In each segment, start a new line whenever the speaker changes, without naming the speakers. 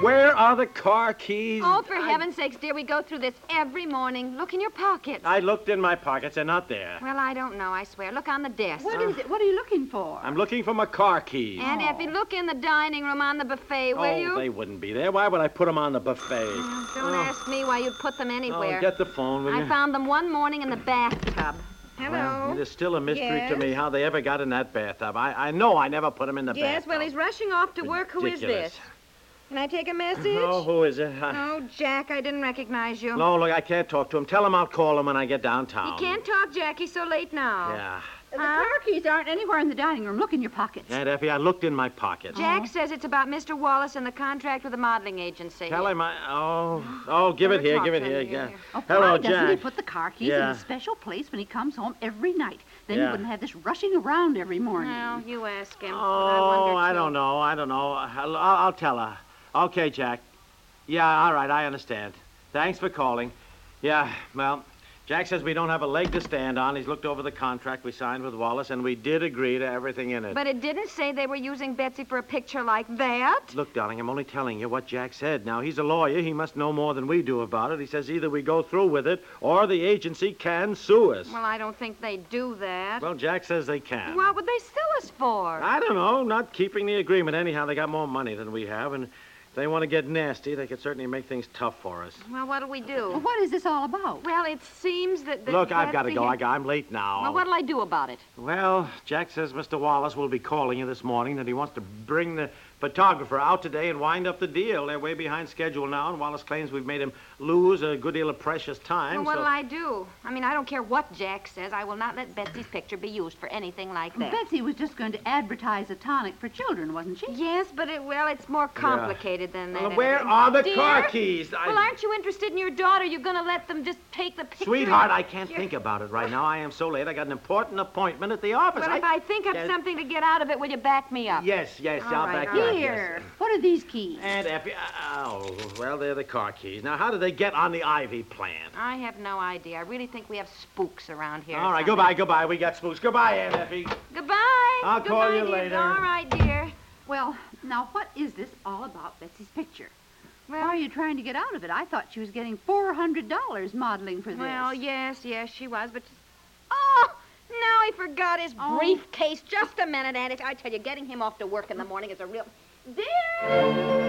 Where are the car keys?
Oh, for heaven's sakes, dear, we go through this every morning. Look in your pockets.
I looked in my pockets. They're not there.
Well, I don't know, I swear. Look on the desk.
What is it? What are you looking for?
Uh,
I'm looking for my car keys.
And if you look in the dining room on the buffet, will
oh,
you?
they wouldn't be there. Why would I put them on the buffet?
Don't ask me why you'd put them anywhere.
Oh, get the phone, will you?
I found them one morning in the bathtub.
Hello.
It is still a mystery to
Yes?
me how they ever got in that bathtub. I, I know I never put them in the
Yes,
bathtub.
well, he's rushing off to work. Who is
Ridiculous.
this? Can I take a message?
Oh, who is it? I-
Oh, Jack, I didn't recognize you.
No, look, I can't talk to him. Tell him I'll call him when I get
You
downtown.
can't talk, Jackie, so late now.
Yeah.
The car keys aren't anywhere in the dining room. Look in your pockets.
Aunt Effie, I looked in my pockets.
Jack says it's about Mr. Wallace and the contract with the modeling agency.
Tell him I. Oh, oh, give it
Better
here,
talk
give it
to
here.
him,
yeah.
here.
Oh,
Hello,
why doesn't he
Jack.
put the car keys in
Yeah.
a special place when he comes home every night? Then
Yeah.
he wouldn't have this rushing around every morning.
Well, you ask him. but
Oh,
I,
I don't know. I don't know. I'll, I'll I'll tell her. Okay, Jack. Yeah, all right. I understand. Thanks for calling. Yeah, well, Jack says we don't have a leg to stand on. He's looked over the contract we signed with Wallace, and we did agree to everything in it.
But it didn't say they were using Betsy for a picture like that.
Look, darling, I'm only telling you what Jack said. Now, he's a lawyer. He must know more than we do about it. He says either we go through with it or the agency can sue us.
Well, I don't think they do that.
Well, Jack says they can.
what would they sue us for?
I don't know. Not keeping the agreement. Anyhow, they got more money than we have, and if they want to get nasty, they could certainly make things tough for us.
Well, what'll we
Well,
do?
what is this all about?
Well, it seems that. that
Look, I've got to
Betsy
go.
had-
I got, I'm late now.
Well, what'll I do about it?
Well, Jack says Mr. Wallace will be calling you this morning that he wants to bring the photographer out today and wind up the deal. They're way behind schedule now, and Wallace claims we've made him lose a good deal of precious time.
well, what'll
so...
I do? I mean, I don't care what Jack says. I will not let Betsy's picture be used for anything like that.
Betsy was just going to advertise a tonic for children, wasn't she?
yes, but it, well, it's more complicated than that.
Well, uh, where
anyway.
are the
Dear?
car keys? I-
Well, aren't you interested in your daughter? You're going to let them just take the picture.
Sweetheart, I can't think about it right now. I am so late. I got an important appointment at the office.
Well, if I think of
Yes.
something to get out of it, will you back me up?
Yes, yes,
All
I'll
right, all
back you up,
right.
Ah, yes.
Here. What are these keys?
Eh.
And Effie, oh, well, they're the car keys. Now, how did they get on the Ivy plan?
I have no idea. I really think we have spooks around here. or
All right,
something.
goodbye, goodbye. We got spooks. Goodbye, Aunt Effie.
Goodbye.
I'll call
Goodbye,
you
dear.
later.
All right, dear.
Well, now what is this all about Betsy's picture?
Well-
Why are you trying to get out of it? I thought she was getting four hundred dollars modeling for this.
Well, yes, yes, she was, but. Oh! Now he forgot his
Oh.
briefcase. Just a minute, Aunt. If- I tell you, getting him off to work in the morning is a real. Dear!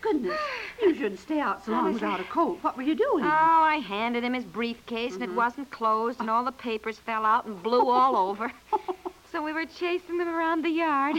Goodness, you shouldn't stay out so long without a coat. What were you doing?
Mm.
Oh, I handed him his briefcase, and it
Mm-hmm.
wasn't closed, and all the papers fell out and blew all over. So we were chasing them around the yard.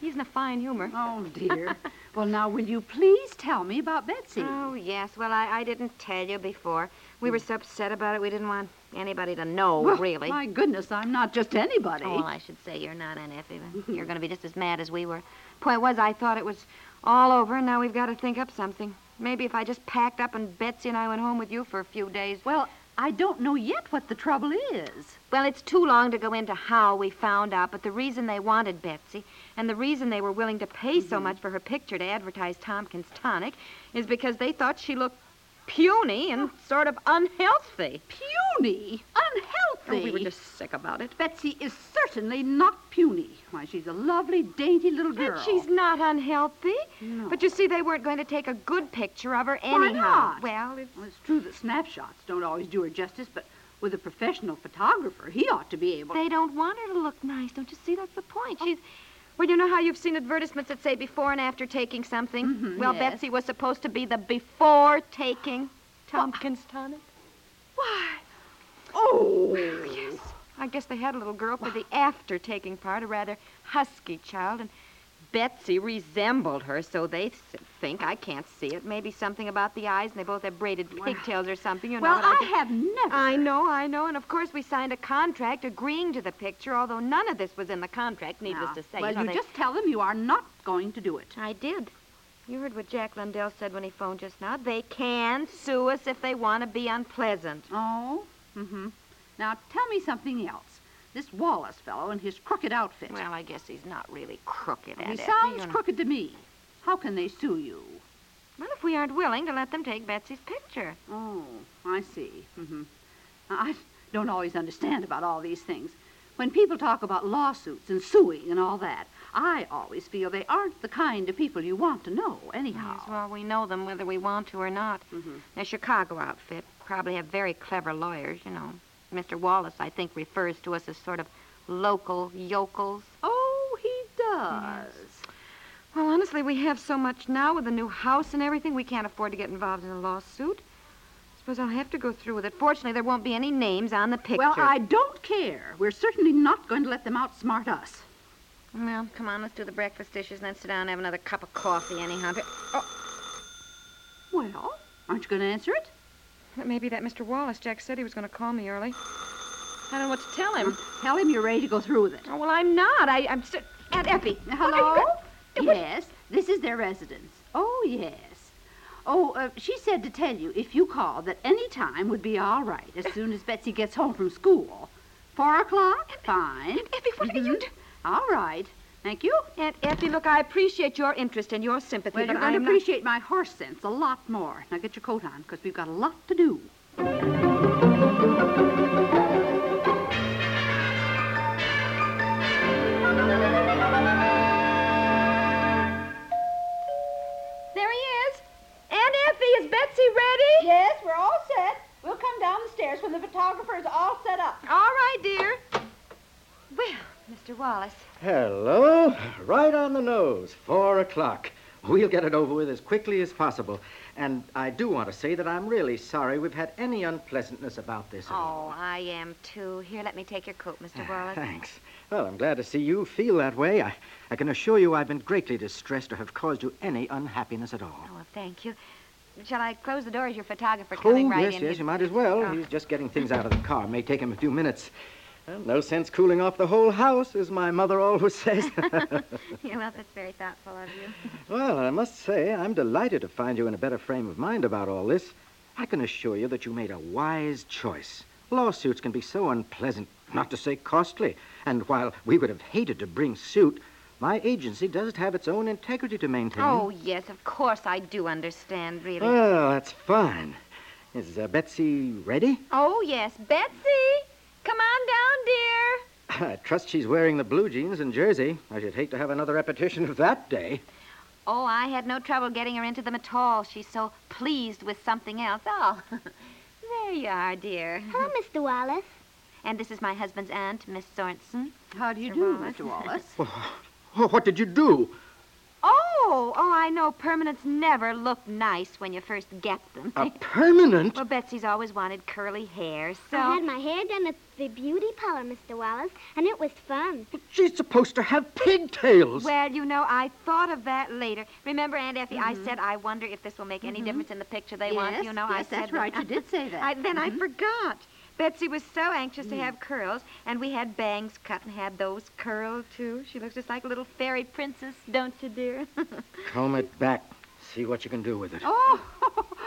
He's in a fine humor.
oh dear. well, now will you please tell me about Betsy?
Oh, yes. Well, I, I didn't tell you before. We were so upset about it, we didn't want anybody to know,
Mm. Well,
really.
My goodness, I'm not just anybody.
Oh, well, I should say you're not an Effie, but you're going to be just as mad as we were. Point was, I thought it was all over, and now we've got to think up something. Maybe if I just packed up and Betsy and I went home with you for a few days.
Well, I don't know yet what the trouble is.
Well, it's too long to go into how we found out, but the reason they wanted Betsy and the reason they were willing to pay
Mm-hmm.
so much for her picture to advertise Tompkins Tonic is because they thought she looked puny
Oh.
and sort of unhealthy.
Puny,
Oh,
unhealthy.
we were just sick about it.
Betsy is certainly not puny. Why, she's a lovely, dainty little girl.
But she's not unhealthy.
No.
But you see, they weren't going to take a good picture of her anyhow.
not?
Well, it's...
Well, it's true that snapshots don't always do her justice, but with a professional photographer, he ought to be able to.
they don't want her to look nice. Don't you see? That's the
Oh.
point. She's. Well, you know how you've seen advertisements that say before and after taking something? well,
Mm-hmm, yes.
Betsy was supposed to be the before taking Tompkins tonic.
Oh,
Yes. I guess they had a little girl for the after taking part, a rather husky child, and Betsy resembled her, so they s- think I can't see it. Maybe something about the eyes, and they both have braided pigtails or something. You know
well,
what
I
did-
have never.
I know, I know, and of course we signed a contract agreeing to the picture, although none of this was in the contract. Needless
Now,
to say,
Well,
you, know,
you
they-
just tell them you are not going to do it.
I did. You heard what Jack Lundell said when he phoned just now. They can sue us if they want to be unpleasant.
Oh? Mm-hmm. Now, tell me something else. This Wallace fellow in his crooked outfit.
Well, I guess he's not really crooked at
he
it. you
sounds
know.
crooked to me. How can they sue you?
Well, if we aren't willing to let them take Betsy's picture.
Oh, I see. Mm-hmm. I don't always understand about all these things. When people talk about lawsuits and suing and all that, I always feel they aren't the kind of people you want to know, anyhow.
Yes, well, we know them whether we want to or not.
Mhm.
Their Chicago outfit probably have very clever lawyers, you know. Mr. Wallace, I think, refers to us as sort of local yokels.
Oh, he does.
Well, honestly, we have so much now with the new house and everything, we can't afford to get involved in a lawsuit. Suppose I'll have to go through with it. Fortunately, there won't be any names on the picture.
Well, I don't care. We're certainly not going to let them outsmart us.
Well, come on, let's do the breakfast dishes and then sit down and have another cup of coffee, anyhow. But- Oh,
Well, aren't you going to answer it?
it may be that Mr. Wallace. Jack said he was going to call me early. I don't know what to tell him.
Tell him you're ready to go through with it.
Oh, well, I'm not. I, I'm st- Aunt Effie.
Hello? Yes, this is their residence. Oh, yes. Oh, uh, she said to tell you if you called that any time would be all right as soon as Betsy gets home from school. Four o'clock? Fine.
Effie, what are you
Mhm. All right. Thank you.
Aunt Effie, look, I appreciate your interest and your sympathy,
Well,
but
you're going to
I'm not-
appreciate my horse sense a lot more. Now get your coat on, because we've got a lot to do.
There he is. Aunt Effie, is Betsy ready?
Yes, we're all set. We'll come down the stairs when the photographer is all set up.
All right, dear. Well, Mr. Wallace,
Hello. Right on the nose. Four o'clock. We'll get it over with as quickly as possible. And I do want to say that I'm really sorry we've had any unpleasantness about this. at all.
Oh, I am too. Here, let me take your coat, Mr. Wallace.
Ah, Thanks. Well, I'm glad to see you feel that way. I, I can assure you I've been greatly distressed to have caused you any unhappiness at all.
Oh, well, thank you. Shall I close the door? Is your photographer
Oh,
coming right
yes,
in?
yes, you might as well.
Oh.
He's just getting things out of the car. May take him a few minutes. Well, no sense cooling off the whole house, as my mother always says.
yeah, well, that's very thoughtful of you.
Well, I must say, I'm delighted to find you in a better frame of mind about all this. I can assure you that you made a wise choice. Lawsuits can be so unpleasant, not to say costly. And while we would have hated to bring suit, my agency does have its own integrity to maintain.
Oh, yes, of course I do understand, really.
Well, that's fine. Is uh, Betsy ready?
oh, yes. Betsy, come on down, dear.
I trust she's wearing the blue jeans and jersey. I should hate to have another repetition of that day.
Oh, I had no trouble getting her into them at all. She's so pleased with something else. Oh, there you are, dear.
Hello, Mr. Wallace.
And this is my husband's aunt, Miss Sorensen.
How do you
Mr.
do,
Wallace.
Mr. Wallace?
Oh, what did you do?
Oh, oh, I know. Permanents never look nice when you first get them.
A permanent?
well, Betsy's always wanted curly hair, so.
I had my hair done at the beauty parlor, Mr. Wallace, and it was fun.
She's supposed to have pigtails.
Well, you know, I thought of that later. Remember, Aunt Effie, I said I wonder if this will make any difference in the picture they want.
Mm-hmm. yes,
You know, I
yes,
said
that's
that.
right. You did say that. Mm-hmm. Mm.
I, then I forgot. Betsy was so anxious to have curls, and we had bangs cut and had those curled too. She looks just like a little fairy princess, don't you, dear?
Comb it back. See what you can do with it.
Oh,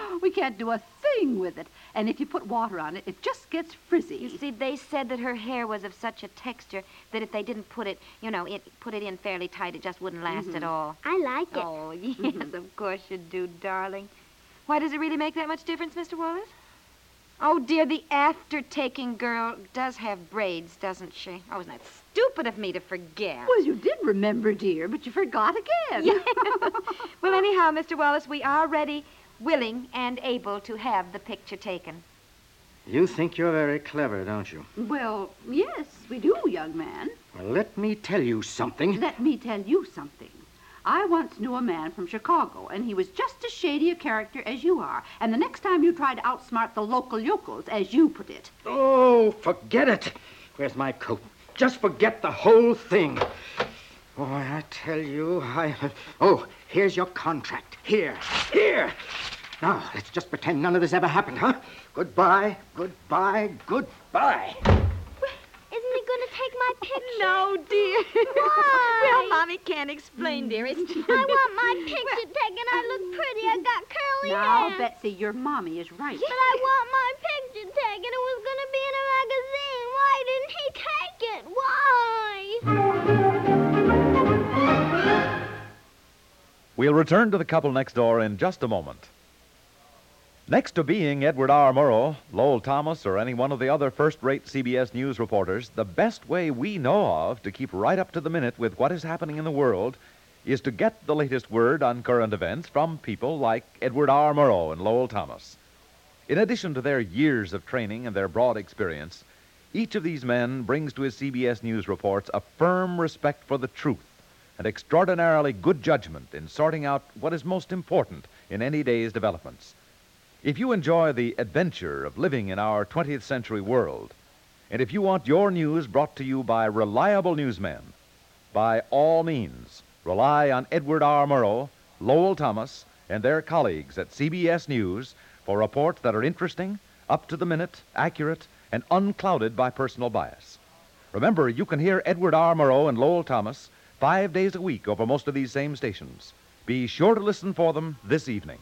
we can't do a thing with it. And if you put water on it, it just gets frizzy.
you see, they said that her hair was of such a texture that if they didn't put it, you know, it, put it in fairly tight, it just wouldn't last at all.
I like it.
Oh, yes, of course you do, darling. Why does it really make that much difference, Mr. Wallace? Oh, dear, the after taking girl does have braids, doesn't she? Oh, isn't that stupid of me to forget?
Well, you did remember, dear, but you forgot again.
well, anyhow, Mr. Wallace, we are ready, willing, and able to have the picture taken.
You think you're very clever, don't you?
Well, yes, we do, young man.
Well, let me tell you something.
Let me tell you something. I once knew a man from Chicago, and he was just as shady a character as you are. And the next time you try to outsmart the local yokels, as you put it.
Oh, forget it. Where's my coat? Just forget the whole thing. Boy, I tell you, I. Oh, here's your contract. Here. Here! Now, let's just pretend none of this ever happened, huh? Goodbye, goodbye, goodbye.
Isn't he going to take my picture?
No, dear.
Why?
well, Mommy can't explain, dearest.
I want my picture taken. I look pretty. I got
Oh,
curly
Now,
hair.
Betsy, your mommy is right.
But I want my picture taken. It was going to be in a magazine. Why didn't he take it? Why?
We'll return to the couple next door in just a moment. Next to being Edward R. Murrow, Lowell Thomas, or any one of the other first rate CBS News reporters, the best way we know of to keep right up to the minute with what is happening in the world is to get the latest word on current events from people like Edward R. Murrow and Lowell Thomas. In addition to their years of training and their broad experience, each of these men brings to his CBS News reports a firm respect for the truth and extraordinarily good judgment in sorting out what is most important in any day's developments. If you enjoy the adventure of living in our 20th century world, and if you want your news brought to you by reliable newsmen, by all means, rely on Edward R. Murrow, Lowell Thomas, and their colleagues at CBS News for reports that are interesting, up to the minute, accurate, and unclouded by personal bias. Remember, you can hear Edward R. Murrow and Lowell Thomas five days a week over most of these same stations. Be sure to listen for them this evening.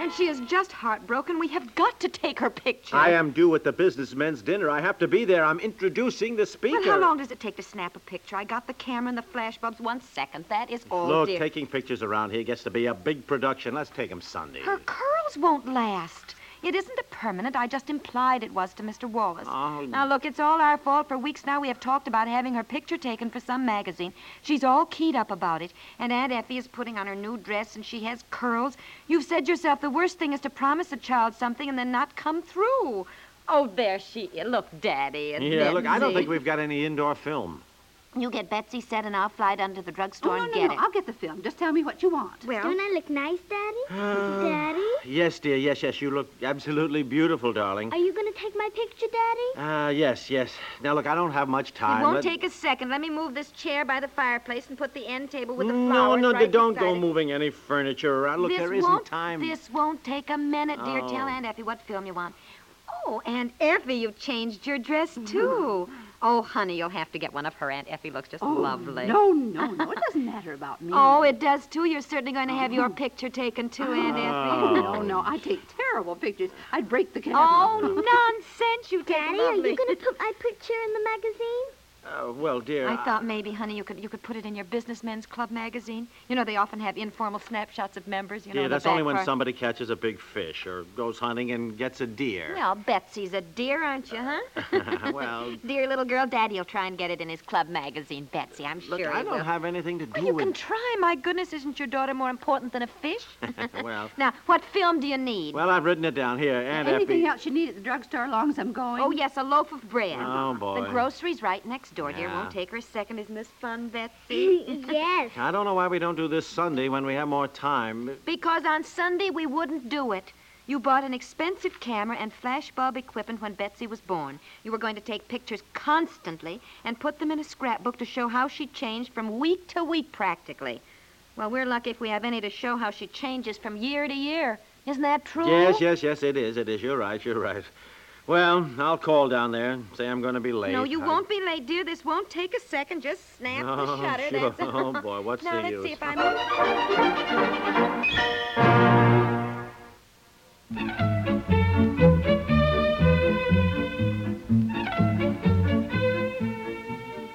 And she is just heartbroken. We have got to take her picture.
I am due at the businessmen's dinner. I have to be there. I'm introducing the speaker.
Well, how long does it take to snap a picture? I got the camera and the flashbulbs. One second. That is all,
Look,
dear.
taking pictures around here gets to be a big production. Let's take 'em Sunday.
Her curls won't last. It isn't a permanent. I just implied it was to Mr. Wallace.
Oh.
Now, look, it's all our fault. For weeks now, we have talked about having her picture taken for some magazine. She's all keyed up about it. And Aunt Effie is putting on her new dress, and she has curls. You've said yourself the worst thing is to promise a child something and then not come through. Oh, there she is. Look, Daddy. And
Yeah, look, I don't
Betsy.
think we've got any indoor film.
You get Betsy set, and I'll fly down to the
Oh,
drugstore
no,
and
no,
get
no.
it.
I'll get the film. Just tell me what you want.
Well,
Don't I look nice, Daddy? Daddy?
Yes, dear, yes, yes. You look absolutely beautiful, darling.
Are you going to take my picture, Daddy?
Ah, yes, yes. Now, look, I don't have much time.
It won't
Let-
take a second. Let me move this chair by the fireplace and put the end table with the
No,
flowers
no,
right
don't go
beside it.
moving any furniture around. Look,
this
there isn't
won't,
time.
This won't take a minute, dear. Tell
Oh.
Aunt Effie what film you want. Oh, Aunt Effie, you've changed your dress, too. Oh, honey, you'll have to get one of her. Aunt Effie looks just
Oh,
lovely.
No, no, no. It doesn't matter about me.
Oh, it does, too. You're certainly going to have your picture taken, too, Aunt
Ah.
Effie.
no, no. I take terrible pictures. I'd break the camera.
Oh, nonsense. You take
Daddy, are
lovely.
you going to put my picture in the magazine?
Uh, well, dear.
I thought maybe, honey, you could you could put it in your businessmen's club magazine. You know they often have informal snapshots of members. You know,
Yeah,
in the
that's only
back
when
part.
somebody catches a big fish or goes hunting and gets a deer.
Well, Betsy's a dear, aren't you, huh?
well,
dear little girl, Daddy'll try and get it in his club magazine, Betsy. I'm
look,
sure
I
he
don't
will.
have anything to
Well,
do
you
with
can try. My goodness, isn't your daughter more important than a fish?
Well,
now, what film do you need?
well, I've written it down here, Aunt
Anything
Effie.
else you need at the drugstore, long as I'm going.
oh yes, a loaf of bread.
Oh, boy.
The grocery's right next door, dear.
Yeah.
Won't take her a second. Isn't this fun, Betsy?
yes.
I don't know why we don't do this Sunday when we have more time.
Because on Sunday we wouldn't do it. You bought an expensive camera and flashbulb equipment when Betsy was born. You were going to take pictures constantly and put them in a scrapbook to show how she changed from week to week practically. Well, we're lucky if we have any to show how she changes from year to year. Isn't that true?
Yes, yes, yes, it is, it is. You're right, you're right. Well, I'll call down there and say I'm going to be late.
No, you
I-
won't be late, dear. This won't take a second. Just snap
Oh,
the shutter.
sure.
That's all.
Oh, boy, what's
now,
the
let's
use?
see if I'm.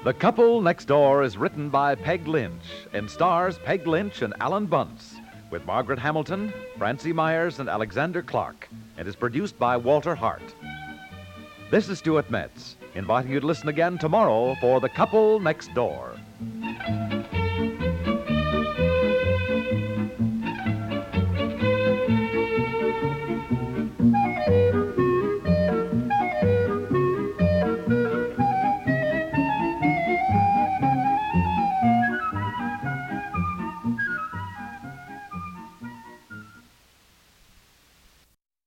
The Couple Next Door is written by Peg Lynch and stars Peg Lynch and Alan Bunce with Margaret Hamilton, Francie Myers, and Alexander Clark and is produced by Walter Hart. This is Stuart Metz inviting you to listen again tomorrow for The Couple Next Door.